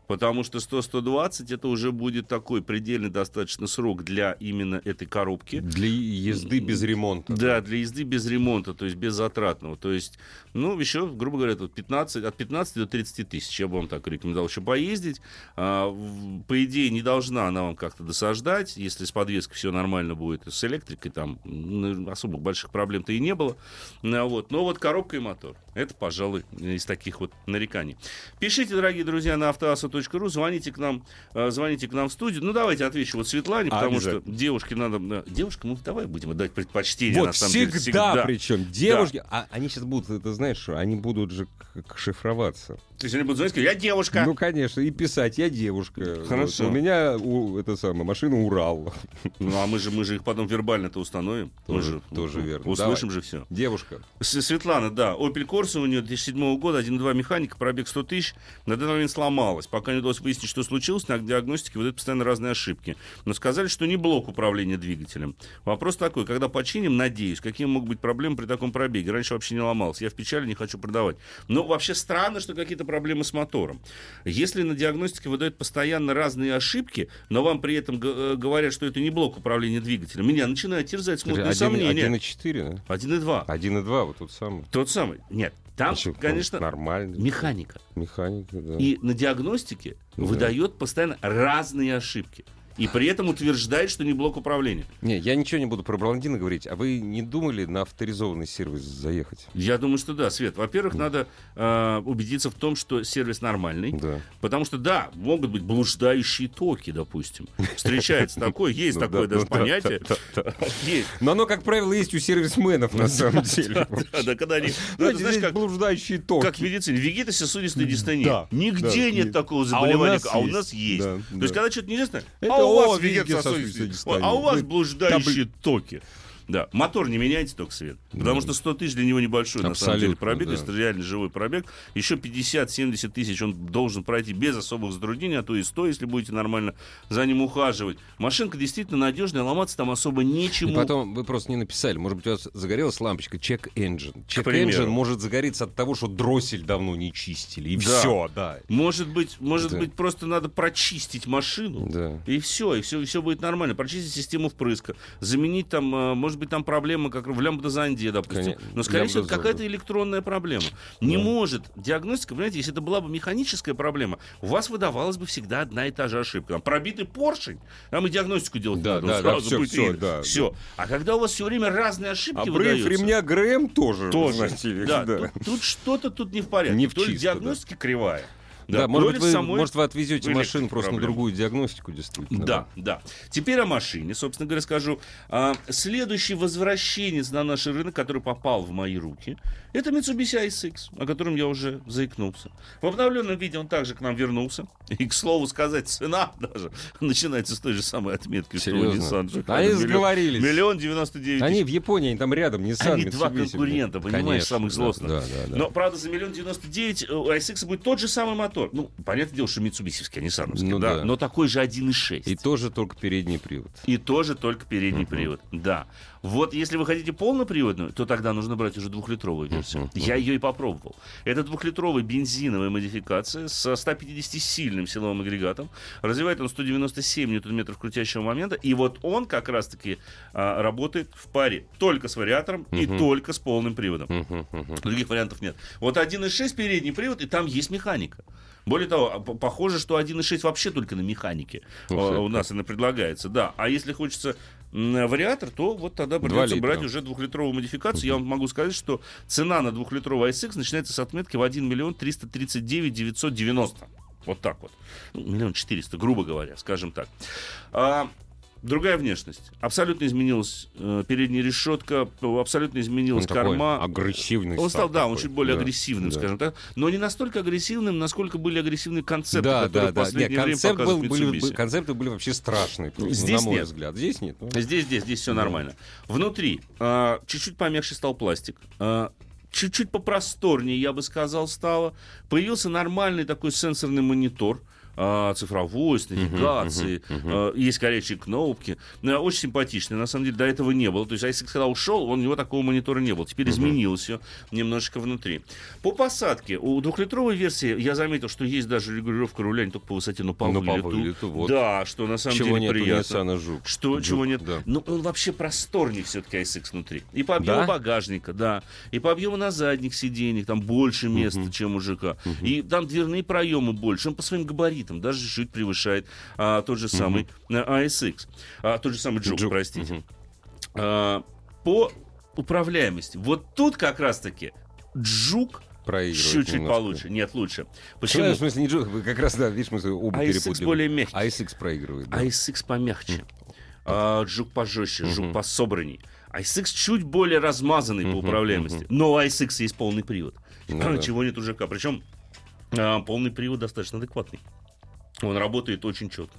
S2: Потому что 100-120 это уже будет такой предельный достаточно срок для именно этой коробки.
S1: Для езды без ремонта.
S2: Да, для езды без ремонта, то есть без затратного. То есть, ну, еще, грубо говоря, тут 15, от 15 до 30 тысяч. Я бы вам так рекомендовал еще поездить. А, в- по идее, не должна она вам как-то досаждать. Если с подвеской все нормально будет, и с электрикой там ну, особо больших проблем-то и не было. Ну, вот. Но вот коробка и мотор. Это, пожалуй, из таких вот нареканий. Пишите, дорогие друзья, на автоаса.ру, звоните к нам, э, звоните к нам в студию. Ну, давайте отвечу вот Светлане, потому что девушке надо... да, Девушкам, ну, давай будем отдать предпочтение, на
S1: Вот
S2: самом
S1: всегда,
S2: деле, всегда.
S1: причем девушки, а они сейчас будут, ты знаешь, что, они будут же к- к- шифроваться.
S2: То есть они будут звонить, сказать, я девушка.
S1: Ну конечно, и писать я девушка.
S2: Хорошо.
S1: Вот, у меня у, это самое машина Урал.
S2: Ну, а мы же, мы же их потом вербально-то установим. Мы
S1: Тоже-
S2: же
S1: тоже верно.
S2: Услышим же все.
S1: Девушка.
S2: С- Светлана, да, Opel Corsa у нее 2007 года, 1.2 механика, пробег 100 тысяч, на данный момент сломалась. Пока не удалось выяснить, что случилось, на диагностике вот это постоянно разные ошибки. Но сказали, что не блок управления двигателем. Вопрос такой, когда починим, надеюсь, какие могут быть проблемы при таком пробеге? Раньше вообще не ломалась, я в печали, не хочу продавать. Но вообще странно, что какие-то проблемы с мотором. Если на диагностике выдают постоянно разные ошибки, но вам при этом г- э, говорят, что это не блок управления двигателем, меня начинает терзать
S1: Скажи,
S2: смутные
S1: один-
S2: Ну, сомнения.
S1: 1,4, да?
S2: 1.2.
S1: 1,2, вот тот самый.
S2: Тот самый. Нет, там,
S1: А чё,
S2: конечно,
S1: нормально.
S2: механика.
S1: Механика, да. Ну
S2: И на диагностике
S1: Да.
S2: выдает постоянно разные ошибки. И при этом утверждает, что не блок управления.
S1: Не, я ничего не буду про блондина говорить, а вы не думали на авторизованный сервис заехать?
S2: Я думаю, что да, Свет. Во-первых, надо э, убедиться в том, что сервис нормальный.
S1: Да.
S2: Потому что, да, могут быть блуждающие токи, допустим. Встречается такое, есть
S1: Ну
S2: такое
S1: да,
S2: даже
S1: ну да,
S2: понятие.
S1: да, да, да.
S2: Есть.
S1: Но оно, как правило, есть у сервисменов, на самом деле.
S2: Да, да, когда они... Ну,
S1: Знаете,
S2: это, знаешь,
S1: здесь
S2: как
S1: блуждающие токи.
S2: Как в медицине. Вегетососудистая дистония.
S1: Да,
S2: Нигде
S1: да,
S2: нет
S1: и-
S2: такого
S1: а у
S2: заболевания,
S1: нас
S2: а у
S1: есть.
S2: нас есть.
S1: Да,
S2: То
S1: да.
S2: есть, когда что-то неизвестно,
S1: Это
S2: а у вас
S1: о,
S2: вегетососудистая
S1: вегетососудистая
S2: дистония.
S1: дистония.
S2: А у вас
S1: Вы
S2: блуждающие токи. Да, мотор не меняйте только свет.
S1: Да.
S2: Потому что 100 тысяч для него небольшой, на самом деле,
S1: Абсолютно,
S2: пробег.
S1: да.
S2: Если это реально живой пробег. Еще 50-70 тысяч он должен пройти без особых затруднений, а то и 100, если будете нормально за ним ухаживать. Машинка действительно надежная, ломаться там особо
S1: И
S2: нечему.
S1: потом вы просто не написали. Может быть, у вас загорелась лампочка Check Engine. Check
S2: примеру.
S1: Engine может загореться от того, что дроссель давно не чистили. И
S2: Да.
S1: все, да.
S2: Может быть, может
S1: Да.
S2: быть, просто надо прочистить машину.
S1: Да.
S2: И все, и все, и все будет нормально. Прочистить систему впрыска, заменить там, э, может быть, там проблема как в лямбдозонде, допустим.
S1: Конечно,
S2: Но, скорее всего, это
S1: лямбдозонд,
S2: какая-то
S1: да.
S2: электронная проблема. Не
S1: Да.
S2: может диагностика, понимаете, если это была бы механическая проблема, у вас выдавалась бы всегда одна и та же ошибка. Там пробитый поршень, там и диагностику делать
S1: Да,
S2: надо,
S1: да, да,
S2: сразу
S1: всё,
S2: будет
S1: всё,
S2: видно.
S1: да.
S2: Всё. А когда у вас все время разные ошибки
S1: Обрыв
S2: выдаются,
S1: А ремня ГРМ тоже.
S2: тоже,
S1: знаете ли,
S2: да,
S1: да.
S2: Тут, тут что-то тут не в порядке.
S1: Не в
S2: То ли
S1: чисто, да.
S2: диагностика кривая.
S1: Да, может,
S2: Доля
S1: быть, вы,
S2: самой-
S1: может, вы отвезете
S2: электро-
S1: машину просто на
S2: проблем.
S1: другую диагностику, действительно.
S2: Да, да. Теперь о машине, собственно говоря, скажу. А, следующий возвращенец на наш рынок, который попал в мои руки, это Mitsubishi ISX, о котором я уже заикнулся. В обновленном виде он также к нам вернулся. И, к слову сказать, цена даже начинается с той же самой отметки, что у
S1: Серьезно.
S2: Nissan.
S1: Они
S2: Миллион-
S1: сговорились.
S2: Миллион девяносто девять
S1: Они
S2: тысяч.
S1: в Японии, они там рядом, не
S2: Они два конкурента, понимаешь, самых злостных.
S1: Да, да, да.
S2: Но, правда, за миллион девяносто девять э, у ISX будет тот же самый мотор. Ну, понятное дело, что Митсубисевский, а не Сановский,
S1: Ну
S2: да,
S1: да.
S2: Но такой же 1.6.
S1: И тоже только передний привод.
S2: И тоже только передний
S1: Мгм.
S2: привод. Да. Вот если вы хотите полноприводную, то тогда нужно брать уже двухлитровую версию.
S1: Мгм.
S2: Я ее и попробовал. Это двухлитровая бензиновая модификация со 150-сильным силовым агрегатом. Развивает он 197 ньютон-метров крутящего момента. И вот он как раз-таки а, работает в паре только с вариатором и
S1: Мгм.
S2: только с полным приводом.
S1: Мгм, мгм.
S2: Других вариантов нет. Вот 1.6 передний привод, и там есть механика. Более того, а, п- похоже, что 1.6 вообще только на механике
S1: Ух
S2: а,
S1: ты.
S2: у нас она предлагается, да. А если хочется м, вариатор, то вот тогда
S1: Два
S2: придется
S1: литра.
S2: брать уже двухлитровую модификацию. Я вам могу сказать, что цена на двухлитровый ISX начинается с отметки в 1 миллион 339 990. Вот так вот. Ну, Миллион четыреста, грубо говоря, скажем так. А, другая внешность. Абсолютно изменилась э, передняя решетка, п- абсолютно изменилась
S1: Он такой
S2: корма.
S1: агрессивный.
S2: Он стал, да, он
S1: такой.
S2: чуть более
S1: Да,
S2: агрессивным,
S1: да.
S2: скажем так, но не настолько агрессивным, насколько были агрессивны концепты,
S1: да,
S2: которые
S1: да,
S2: в
S1: да.
S2: последнее
S1: Нет, концепт
S2: время
S1: был,
S2: показывают
S1: были,
S2: Mitsubishi.
S1: концепты были вообще страшные, просто,
S2: Здесь
S1: на мой
S2: нет.
S1: взгляд. Здесь нет. ну.
S2: Здесь, здесь, здесь все
S1: Да.
S2: нормально. Внутри а, чуть-чуть помягче стал пластик. а, чуть-чуть попросторнее, я бы сказал, стало. Появился нормальный такой сенсорный монитор. а, цифровой, с навигацией, а, есть горячие кнопки. Ну, а, Очень симпатичный, на самом деле, до этого не было. То есть, а если когда ушел, он, у него такого монитора не было. Теперь изменилось все немножечко внутри. По посадке. У двухлитровой версии я заметил, что есть даже регулировка руля не только по высоте, но по
S1: Но Ну, по
S2: вылету.
S1: вылету, вот.
S2: Да, что на самом
S1: Чего
S2: деле
S1: нет
S2: приятно.
S1: у Nissan Жук.
S2: Что,
S1: Жук,
S2: чего нет?
S1: Да.
S2: Ну, он вообще просторнее все-таки ISX внутри. И по объему
S1: Да?
S2: багажника, да. И по объему на задних сиденьях, там больше места, чем у ЖК. И там дверные проемы больше. Он по своим габаритам даже чуть превышает а, тот же самый а, ISX. А, тот же самый Джук,
S1: Juke,
S2: простите.
S1: мгм.
S2: А, по управляемости. Вот тут как раз-таки Джук
S1: Проигрывает
S2: чуть-чуть
S1: немножко.
S2: получше. Нет, лучше.
S1: Почему?
S2: Почему?
S1: в смысле, не Джо, вы как раз, да, видишь, мы с- оба
S2: ISX
S1: перепутали.
S2: более А мягкий.
S1: ISX проигрывает, да.
S2: ISX помягче. А, жук пожестче, жук пособранней. ISX чуть более размазанный по
S1: Мгм,
S2: управляемости. Но у ISX есть полный привод.
S1: Ну да.
S2: Чего нет у ЖК. Причем а, полный привод достаточно адекватный. Он работает очень четко.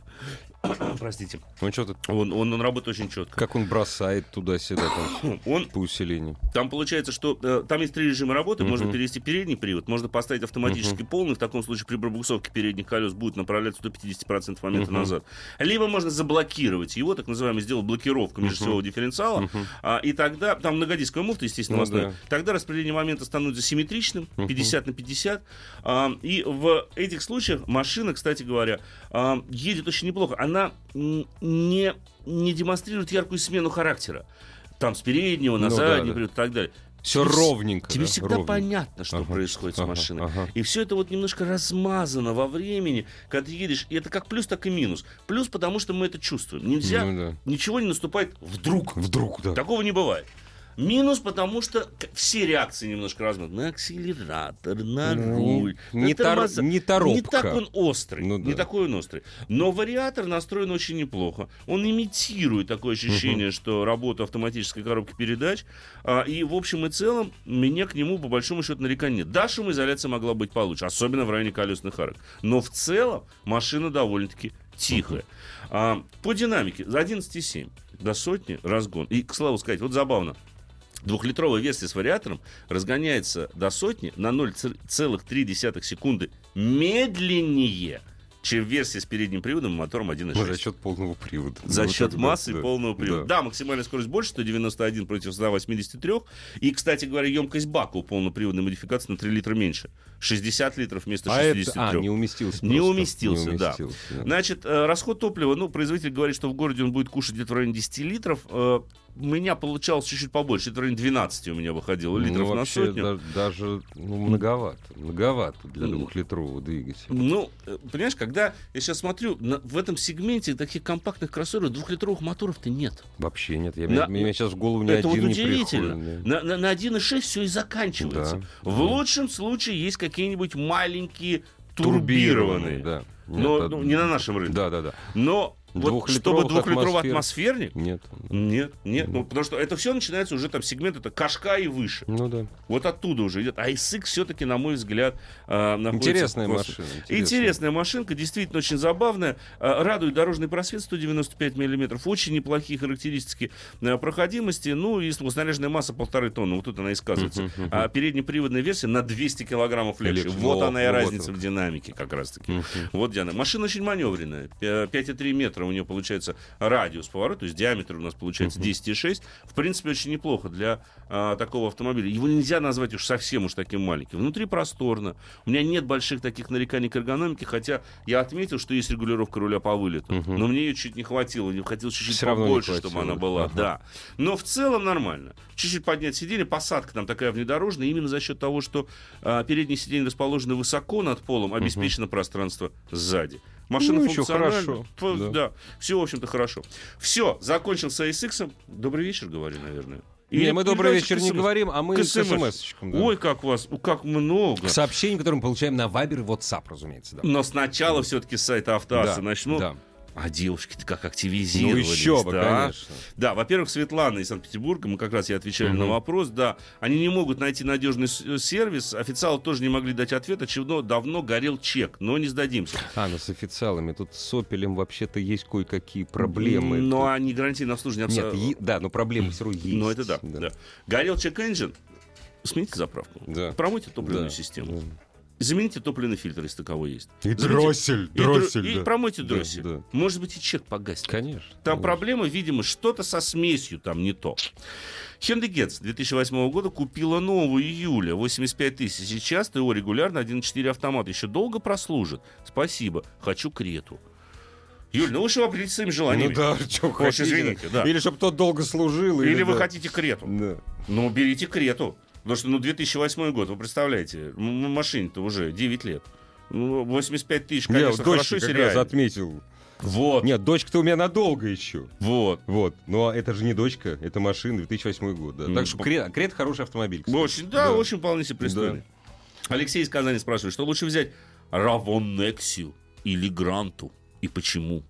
S2: Простите.
S1: Ну что тут,
S2: Он, он, он работает очень четко.
S1: как он бросает туда-сюда там,
S2: Он
S1: по усилению.
S2: там получается, что э, там есть три режима работы. Можно
S1: Мгм.
S2: перевести передний привод, можно поставить автоматически полный. В таком случае при пробуксовке передних колес будет направлять 150% момента
S1: Мгм.
S2: назад. Либо можно заблокировать его, так называемый, сделать блокировку межосевого дифференциала.
S1: Мгм.
S2: А, и тогда, там многодисковая муфта, естественно,
S1: Ну
S2: в основе.
S1: да.
S2: Тогда распределение момента становится симметричным, 50 на 50. А, и в этих случаях машина, кстати говоря, а, едет очень неплохо. Она м, не, не демонстрирует яркую смену характера. Там с переднего,
S1: Ну
S2: на
S1: да,
S2: задний
S1: да.
S2: привод и так далее.
S1: Все
S2: Тебе вс-
S1: ровненько.
S2: Тебе
S1: да,
S2: всегда
S1: ровненько.
S2: понятно, что
S1: Ага,
S2: происходит с
S1: ага,
S2: машиной.
S1: ага.
S2: И все это вот немножко размазано во времени, когда ты едешь. И это как плюс, так и минус. Плюс, потому что мы это чувствуем. Нельзя,
S1: Ну да.
S2: ничего не наступает вдруг.
S1: Вдруг, да.
S2: Такого не бывает. Минус, потому что к- все реакции немножко размыты. На акселератор, на
S1: Ну,
S2: руль,
S1: не
S2: на
S1: тор-
S2: тормоза.
S1: не торопко.
S2: Не так он острый,
S1: Ну
S2: не
S1: да.
S2: такой он острый. Но вариатор настроен очень неплохо. Он имитирует такое ощущение, что работа автоматической коробки передач. А, и в общем и целом меня к нему по большому счету нареканий нет. Да, шумоизоляция могла быть получше, особенно в районе колесных арок. Но в целом машина довольно-таки тихая. А, по динамике за 11,7 до сотни разгон. И, к слову сказать, вот забавно. Двухлитровая версия с вариатором разгоняется до сотни на 0,3 секунды медленнее, чем версия с передним приводом и мотором 1.6.
S1: Ну, За счет полного привода.
S2: За
S1: а Вот
S2: счет
S1: это да,
S2: массы и
S1: да.
S2: полного привода. Да. максимальная скорость больше, 191 против 183. И, кстати говоря, емкость бака у полноприводной модификации на 3 литра меньше. 60 литров вместо
S1: А, это-
S2: 63.
S1: а, не уместился.
S2: Не
S1: просто.
S2: уместился, да.
S1: уместился,
S2: Значит, э, расход топлива, ну, производитель говорит, что в городе он будет кушать где-то в районе 10 литров. Э, У меня получалось чуть-чуть побольше, это в районе 12 у меня выходило литров
S1: ну,
S2: на
S1: вообще,
S2: сотню.
S1: да- даже ну, многовато. Многовато для
S2: Ну.
S1: двухлитрового двигателя.
S2: Ну, э, понимаешь, когда я сейчас смотрю, на- в этом сегменте таких компактных кроссоверов двухлитровых моторов-то нет.
S1: Вообще нет. Я,
S2: На-
S1: меня сейчас в голову ни
S2: это вот
S1: один не
S2: удивительно.
S1: приходит. да.
S2: на, на, на 1,6 все и заканчивается.
S1: Да,
S2: в
S1: да.
S2: лучшем случае есть какие-нибудь маленькие турбированные.
S1: да.
S2: Но
S1: Нет,
S2: ну,
S1: од-
S2: не на нашем рынке.
S1: Да, да, да.
S2: Но вот чтобы
S1: Двухлитровых
S2: двухлитровый
S1: атмосфер.
S2: атмосферник,
S1: Нет.
S2: нет, нет, ну потому что это все начинается уже там сегмент это кашка и выше.
S1: Ну да.
S2: Вот оттуда уже идет. А ISX все-таки, на мой взгляд, э, находится
S1: Интересная
S2: просто-
S1: машина.
S2: Интересная машинка, действительно очень забавная. А, Радует дорожный просвет 195 миллиметров. Очень неплохие характеристики э, проходимости. Ну и ну, снаряженная масса полторы тонны. Вот тут она и сказывается.
S1: Мгм, мгм.
S2: А переднеприводная версия на 200 килограммов легче.
S1: Легче.
S2: Вот
S1: Во,
S2: она и
S1: вот
S2: разница
S1: он.
S2: в динамике как раз-таки.
S1: Мгм.
S2: Вот Диана. Машина очень маневренная. Э, 5,3 метра у нее получается радиус поворота, то есть диаметр у нас получается 10,6. В принципе, очень неплохо для а, такого автомобиля. Его нельзя назвать уж совсем уж таким маленьким. Внутри просторно. У меня нет больших таких нареканий к эргономике, хотя я отметил, что есть регулировка руля по вылету.
S1: Мгм.
S2: Но мне ее чуть не хватило. Мне хотелось чуть-чуть
S1: Всё равно не
S2: побольше,
S1: хватило.
S2: чтобы она была.
S1: Ага.
S2: Да. Но в целом нормально. Чуть-чуть поднять сиденье. Посадка там такая внедорожная. Именно за счет того, что а, переднее сиденье расположено высоко над полом, обеспечено пространство сзади. Машина
S1: Ну, ещё
S2: функциональна.
S1: хорошо,
S2: Фу-
S1: да.
S2: да. Все, в общем-то, хорошо. Все, закончил с ASX. Добрый вечер, говорю, наверное.
S1: Не,
S2: Или-
S1: мы
S2: или
S1: добрый
S2: давайте
S1: вечер
S2: к
S1: не
S2: SMS.
S1: говорим, а мы
S2: К
S1: к смс
S2: Ой, как вас, как много.
S1: Сообщение, которое мы получаем на Viber и WhatsApp, разумеется. Да.
S2: Но сначала все-таки с сайта Автоаса
S1: Да,
S2: начну.
S1: да.
S2: А девушки-то как
S1: Ну
S2: активизировались.
S1: еще бы,
S2: да?
S1: конечно.
S2: Да, во-первых, Светлана из Санкт-Петербурга, мы как раз и отвечали на
S1: Мгм.
S2: вопрос, да, они не могут найти надежный с- э, сервис, официалы тоже не могли дать ответ, очевидно, давно горел чек, но не сдадимся.
S1: А, ну с официалами. Тут с Опелем вообще-то есть кое-какие проблемы.
S2: Но
S1: Тут-
S2: они гарантийно обслуживание
S1: Нет,
S2: абсо-
S1: е- да, но проблемы все равно есть.
S2: а Ну, это да, да. Горел чек-энджин, смените заправку.
S1: Да.
S2: Промойте топливную
S1: Да.
S2: систему.
S1: Да.
S2: Замените топливный фильтр, если таковой есть.
S1: И
S2: Замените-
S1: дроссель,
S2: и дро-
S1: дроссель,
S2: И
S1: да.
S2: промойте
S1: Да,
S2: дроссель.
S1: да.
S2: Может быть, и чек погаснет.
S1: Конечно.
S2: Там
S1: конечно.
S2: проблема, видимо, что-то со смесью там не то. Hyundai Getz 2008 года купила новую июля, 85 тысяч. Сейчас ТО регулярно 1.4 автомат. Еще долго прослужит. Спасибо. Хочу Крету. Юль, ну лучше вы определитесь своим желанием.
S1: Ну да, что хотите.
S2: извините, да.
S1: Или чтобы тот долго служил.
S2: Или, вы
S1: да.
S2: хотите Крету.
S1: Да.
S2: Ну, берите Крету. Потому что, ну, 2008 год, вы представляете, м- машине-то уже 9 лет. Ну, 85 тысяч,
S1: Я
S2: конечно,
S1: вот
S2: хорошо,
S1: дочь как
S2: если
S1: раз
S2: реально.
S1: отметил.
S2: Вот,
S1: Нет, дочка-то у меня надолго еще.
S2: вот.
S1: Вот. Но это же не дочка, это машина 2008 год. да.
S2: М.
S1: Так что Крет, Крет хороший автомобиль. кстати.
S2: Очень, да, очень вполне себе пристойный. Алексей из Казани спрашивает, что лучше взять, Равон Нексию или Гранту, и почему?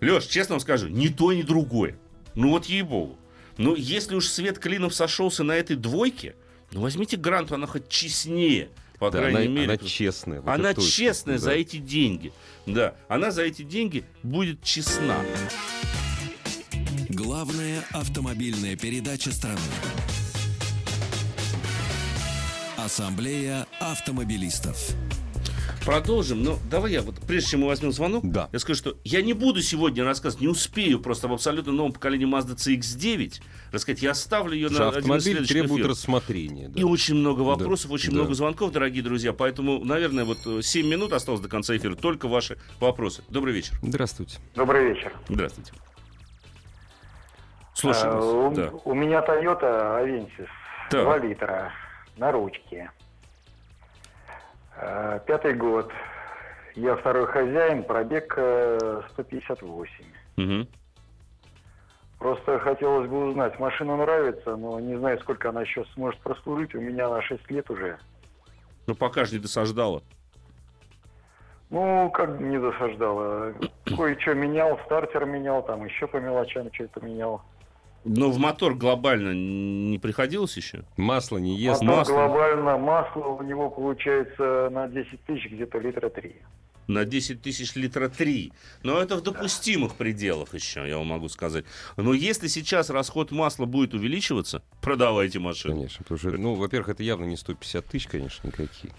S2: Леш, честно вам скажу, ни то, ни другое. Ну вот ей-богу. Ну если уж свет клинов сошелся на этой двойке, ну возьмите Гранту, она хоть честнее, по
S1: Да,
S2: крайней
S1: она,
S2: мере.
S1: она
S2: Потому-
S1: честная. вот
S2: она
S1: это точно,
S2: честная
S1: да.
S2: за эти деньги. Да, она за эти деньги будет честна.
S3: Главная автомобильная передача страны. Ассамблея автомобилистов.
S2: Продолжим, но давай я, вот прежде чем мы возьмем звонок,
S1: Да.
S2: я скажу, что я не буду сегодня рассказывать, не успею просто об абсолютно новом поколении Mazda CX-9 рассказать, я оставлю ее
S1: Потому
S2: на
S1: что
S2: один из
S1: автомобиль
S2: следующих
S1: требует
S2: эфиров.
S1: рассмотрения. да.
S2: И очень много вопросов,
S1: Да.
S2: очень
S1: Да.
S2: много звонков, дорогие друзья, поэтому, наверное, вот э, 7 минут осталось до конца эфира, только ваши вопросы. Добрый вечер.
S1: Здравствуйте.
S4: Добрый вечер.
S2: Здравствуйте. Слушаю
S4: А,
S2: вас.
S4: у,
S2: Да.
S4: у меня Toyota Avensis
S2: Так.
S4: 2 литра на ручке. Э, Пятый год. Я второй хозяин, пробег э, 158.
S2: Мгм.
S4: Просто хотелось бы узнать, машина нравится, но не знаю, сколько она еще сможет прослужить. У меня на 6 лет уже.
S2: Ну, пока же не досаждала.
S4: Ну, как бы не досаждала. Кое-что менял, стартер менял, там еще по мелочам что-то менял.
S2: Но в мотор глобально не приходилось еще?
S1: Масло не ест.
S4: Потом
S2: масло.
S4: глобально масло у него получается на 10 тысяч где-то литра 3.
S2: На 10 тысяч литра 3. Но это в допустимых пределах еще, я вам могу сказать. Но если сейчас расход масла будет увеличиваться, продавайте машину.
S1: Конечно, потому что, ну, во-первых, это явно не 150 тысяч, конечно, никакие.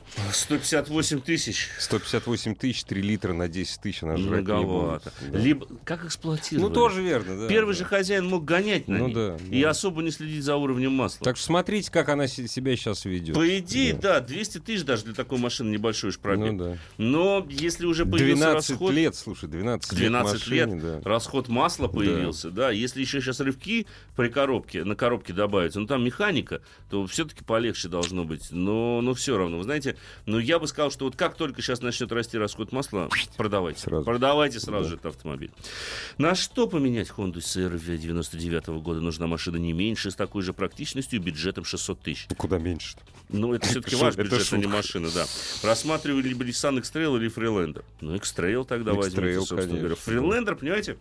S2: 158 тысяч.
S1: 158 тысяч, 3 литра на 10 тысяч она жрать не будет.
S2: Многовато.
S1: Да.
S2: Либо, как эксплуатировать?
S1: Ну, тоже верно, да.
S2: Первый
S1: да.
S2: же хозяин мог гонять на
S1: Ну
S2: ней
S1: да,
S2: и
S1: да.
S2: особо не следить за уровнем масла.
S1: Так что смотрите, как она се- себя сейчас ведет. Ну,
S2: По идее,
S1: Да.
S2: да. 200 тысяч даже для такой машины небольшой уж пробег.
S1: Ну да.
S2: Но если уже появился
S1: 12
S2: расход...
S1: лет, слушай, 12,
S2: 12
S1: лет.
S2: лет
S1: машине, да.
S2: расход масла
S1: Да.
S2: появился, да. Если еще сейчас рывки при коробке, на коробке добавятся, ну там механика, то все-таки полегче должно быть. Но, но все равно, вы знаете, но я бы сказал, что вот как только сейчас начнет расти расход масла, продавайте.
S1: Сразу.
S2: Продавайте сразу
S1: Да.
S2: же этот автомобиль. На что поменять Honda CRV 99 года нужна машина не меньше, с такой же практичностью и бюджетом 600 тысяч?
S1: Ну, Куда меньше-то.
S2: Ну, это все-таки
S1: Шутка,
S2: ваш
S1: это
S2: бюджет, а не
S1: шутка.
S2: машина, да. Просматривали либо Nissan X-Trail или Freelander. Ну, X-Trail тогда
S1: X-Trail,
S2: возьмите, собственно говоря.
S1: конечно.
S2: Freelander, понимаете,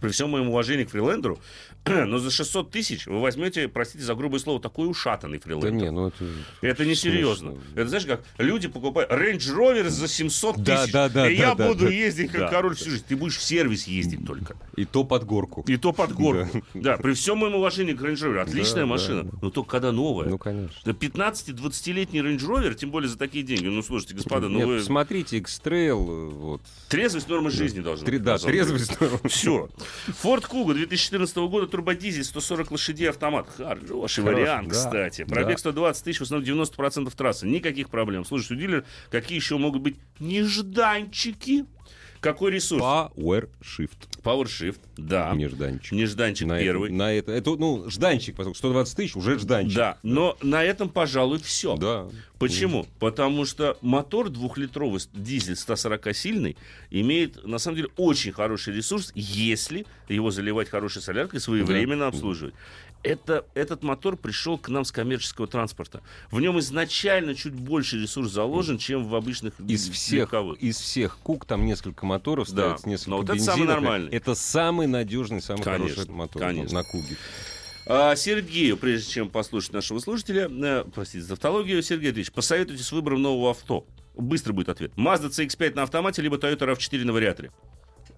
S2: при всем моем уважении к Фрилендеру, но за 600 тысяч вы возьмете, простите за грубое слово, такой ушатанный
S1: Да
S2: Фрилендер.
S1: не, ну это...
S2: Это несерьезно.
S1: Смешно.
S2: Это знаешь, как люди покупают Range Rover за 700
S1: Да,
S2: тысяч.
S1: да, да,
S2: и
S1: да,
S2: я
S1: да,
S2: буду
S1: да.
S2: ездить как
S1: Да.
S2: король всю жизнь. Ты будешь в сервис ездить только.
S1: И то под горку.
S2: И то под горку. Да, при всем моем уважении к Range Rover. Отличная
S1: Да, да,
S2: машина,
S1: да.
S2: но только когда новая.
S1: Ну, конечно.
S2: Да 15-20-летний Range Rover, тем более за такие деньги. Ну, слушайте, господа, ну
S1: Нет,
S2: вы...
S1: смотрите, X-Trail, э, вот.
S2: Трезвость норма жизни должна
S1: Три-
S2: быть.
S1: да, трезвость.
S2: Все. Ford Kuga 2014 года, турбодизель, 140 лошадей, автомат. Хороший, вариант,
S1: да,
S2: кстати.
S1: да.
S2: Пробег 120 тысяч, в основном 90% трассы. Никаких проблем. Слушай, у дилер, какие еще могут быть нежданчики? Какой ресурс?
S1: Power Shift.
S2: Power Shift, да.
S1: Нежданчик.
S2: Нежданчик
S1: На это-
S2: А? первый.
S1: на это, это, ну, жданчик, поскольку 120 тысяч уже жданчик.
S2: Да, но на этом, пожалуй, все.
S1: Да.
S2: Почему? Потому что мотор двухлитровый с- дизель 140-сильный имеет, на самом деле, очень хороший ресурс, если его заливать хорошей соляркой и своевременно
S1: Да.
S2: обслуживать. Это, этот мотор пришел к нам с коммерческого транспорта. В нем изначально чуть больше ресурс заложен, чем в обычных
S1: Из всех,
S2: легковых.
S1: из всех кук там несколько моторов
S2: Да.
S1: ставится, несколько
S2: Но вот это
S1: бензинов.
S2: самый нормальный.
S1: Это самый надежный, самый
S2: Конечно,
S1: хороший мотор
S2: конечно.
S1: на кубе.
S2: А, Сергею, прежде чем послушать нашего слушателя, э, простите за автологию, Сергей Андреевич, посоветуйте с выбором нового авто. Быстро будет ответ. Mazda CX-5 на автомате, либо Toyota RAV4 на вариаторе.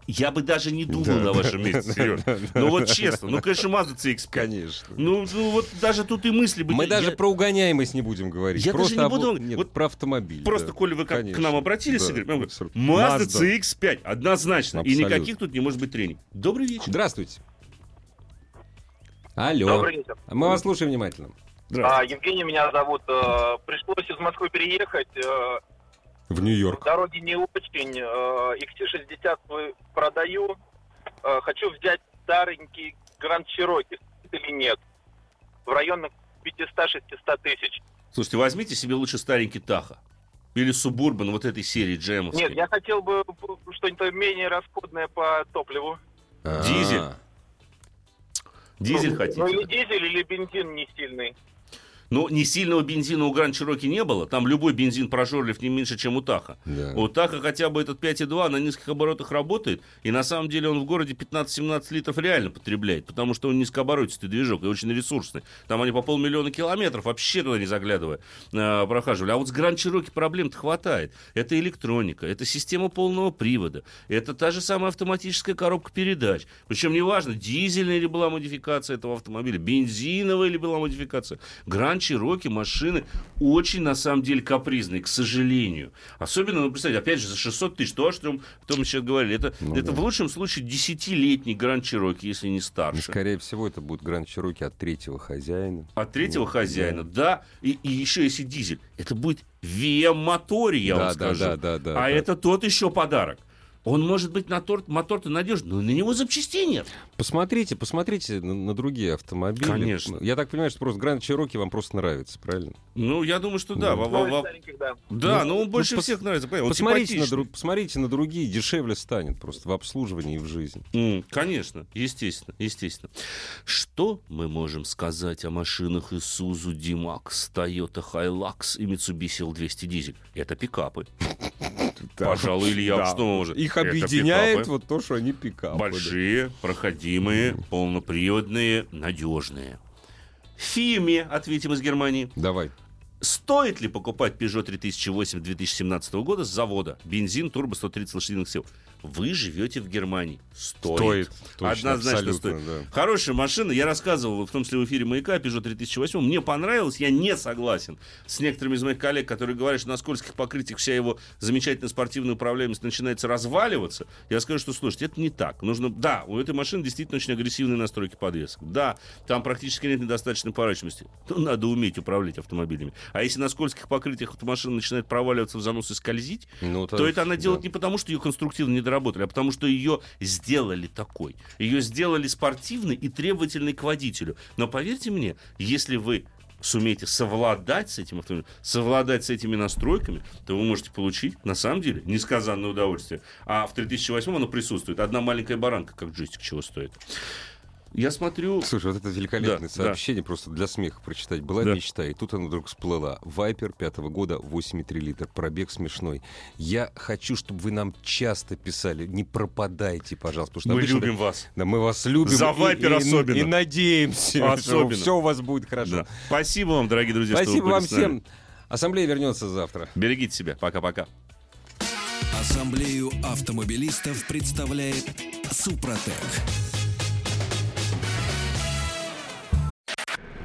S2: Я бы даже не думал на вашем месте, Сереж. Ну вот честно, ну, конечно, Mazda CX-5.
S1: Конечно.
S2: Ну, ну, вот даже тут и мысли бы...
S1: Мы
S2: не-
S1: даже
S2: я-
S1: про угоняемость не будем говорить.
S2: Я даже
S1: Просто
S2: не буду
S1: об-
S2: вам-
S1: Нет,
S2: вот
S1: про автомобиль.
S2: Просто,
S1: да.
S2: коли вы как
S1: Конечно,
S2: к нам обратились,
S1: да.
S2: Игорь, я говорю,
S1: Абсолютно.
S2: Mazda
S1: Mazda.
S2: CX-5, однозначно. И
S1: Абсолютно.
S2: никаких тут не может быть трений. Добрый вечер.
S1: Здравствуйте. Алло.
S6: Добрый вечер.
S1: А Мы вас слушаем внимательно.
S6: А, Евгений меня зовут. Э, Пришлось из Москвы переехать. Э,
S1: В Нью-Йорк.
S6: Дороги не очень. Э, XT60 свой продаю. Э, Хочу взять старенький Гранд Чироки или нет. В районах 500-600 тысяч.
S2: Слушайте, возьмите себе лучше старенький Таха. Или Субурбан вот этой серии джемовской.
S6: Нет, я хотел бы что-нибудь менее расходное по топливу.
S1: А,
S2: Дизель. Дизель
S6: ну,
S2: хотите?
S6: Ну
S2: да?
S6: или дизель, или бензин не сильный.
S2: Но не сильного бензина у Гранд Чироки не было. Там любой бензин прожорлив не меньше, чем у Таха.
S1: Да. Ну,
S2: У Таха а хотя бы этот 5,2 на низких оборотах работает. И на самом деле он в городе 15-17 литров реально потребляет. Потому что он низкооборотистый движок и очень ресурсный. Там они по полмиллиона километров вообще туда не заглядывая э, прохаживали. А вот с Гранд Чироки проблем-то хватает. Это электроника, это система полного привода. Это та же самая автоматическая коробка передач. Причем неважно, дизельная ли была модификация этого автомобиля, бензиновая ли была модификация. Гранд Чироки машины очень, на самом деле, капризные, к сожалению. Особенно, ну, представьте, опять же, за 600 тысяч, то, о чем кто мы сейчас говорили. Это,
S1: Ну
S2: это
S1: да.
S2: в лучшем случае 10-летний Гранд Чироки, если не
S1: Ну,
S2: старше.
S1: Скорее всего, это будет Гранд Чироки от третьего хозяина.
S2: От А третьего
S1: Вот,
S2: хозяина,
S1: да.
S2: да. И, и еще если дизель, это будет VM-мотор, я
S1: да,
S2: вам
S1: да,
S2: скажу.
S1: да, да, да.
S2: а
S1: да.
S2: это тот еще подарок. Он может быть на торт, мотор-то надежный, но на него запчастей нет.
S1: Посмотрите, посмотрите на, на другие автомобили.
S2: Конечно.
S1: Я так понимаю, что просто Гранд Чироки вам просто нравится, правильно?
S2: Ну, я думаю, что да.
S1: Ну,
S2: во-
S6: Ну,
S2: во-
S6: из
S2: во-
S6: стареньких, да.
S2: Да,
S1: Ну,
S2: но он
S1: ну,
S2: больше
S1: пос-
S2: всех нравится. понимаете, он
S1: Посмотрите на,
S2: симпатичный.
S1: друг- посмотрите на другие, дешевле станет просто в обслуживании и в жизни.
S2: М, Конечно, естественно, естественно. Что мы можем сказать о машинах Isuzu D-Max, Toyota Hilux и Mitsubishi L200 Diesel? Это пикапы. Пожалуй, Илья,
S1: Да.
S2: что мы можем?
S1: Их
S2: Это
S1: объединяет
S2: пикапы.
S1: вот то, что они пикапы.
S2: Большие, проходимые, полноприводные, надежные. Фиме, ответим из Германии.
S1: да. Давай.
S2: Стоит ли покупать Peugeot 3008 2017 года с завода? Бензин, турбо, 130 лошадиных сил. Вы живете в Германии. Стоит.
S1: Точно,
S2: Однозначно
S1: абсолютно,
S2: стоит.
S1: да.
S2: Хорошая машина. Я рассказывал, в том числе в эфире «Маяка», Peugeot 3008. Мне понравилось, я не согласен с некоторыми из моих коллег, которые говорят, что на скользких покрытиях вся его замечательная спортивная управляемость начинается разваливаться. Я скажу, что, слушайте, это не так. Нужно, да, у этой машины действительно очень агрессивные настройки подвесок. Да, там практически нет недостаточной порачиваемости. Ну, надо уметь управлять автомобилями. А если на скользких покрытиях эта машина начинает проваливаться в занос и скользить,
S1: Ну,
S2: то это она
S1: да.
S2: делает не потому, что ее конструктивно не доработали, а потому, что ее сделали такой. Ее сделали спортивной и требовательной к водителю. Но поверьте мне, если вы сумеете совладать с этим автомобилем, совладать с этими настройками, то вы можете получить, на самом деле, несказанное удовольствие. А в 3008 оно присутствует. Одна маленькая баранка, как джойстик, чего стоит. Я смотрю...
S1: Слушай, вот это великолепное
S2: Да,
S1: сообщение, просто для смеха прочитать. Была
S2: Да.
S1: мечта, и тут она вдруг всплыла. Вайпер пятого года, 8,3 литра. Пробег смешной. Я хочу, чтобы вы нам часто писали. Не пропадайте, пожалуйста. потому что
S2: Мы
S1: обычно-
S2: любим вас.
S1: Да, мы вас любим.
S2: За
S1: и-
S2: «Вайпер»
S1: и-
S2: особенно.
S1: И надеемся,
S2: Особенно.
S1: что все у вас будет хорошо.
S2: Да. Спасибо вам, дорогие друзья, что
S1: Спасибо
S2: вы были
S1: вам
S2: с нами.
S1: всем. Ассамблея вернется завтра.
S2: Берегите себя. Пока-пока.
S3: Ассамблею автомобилистов представляет Супротек.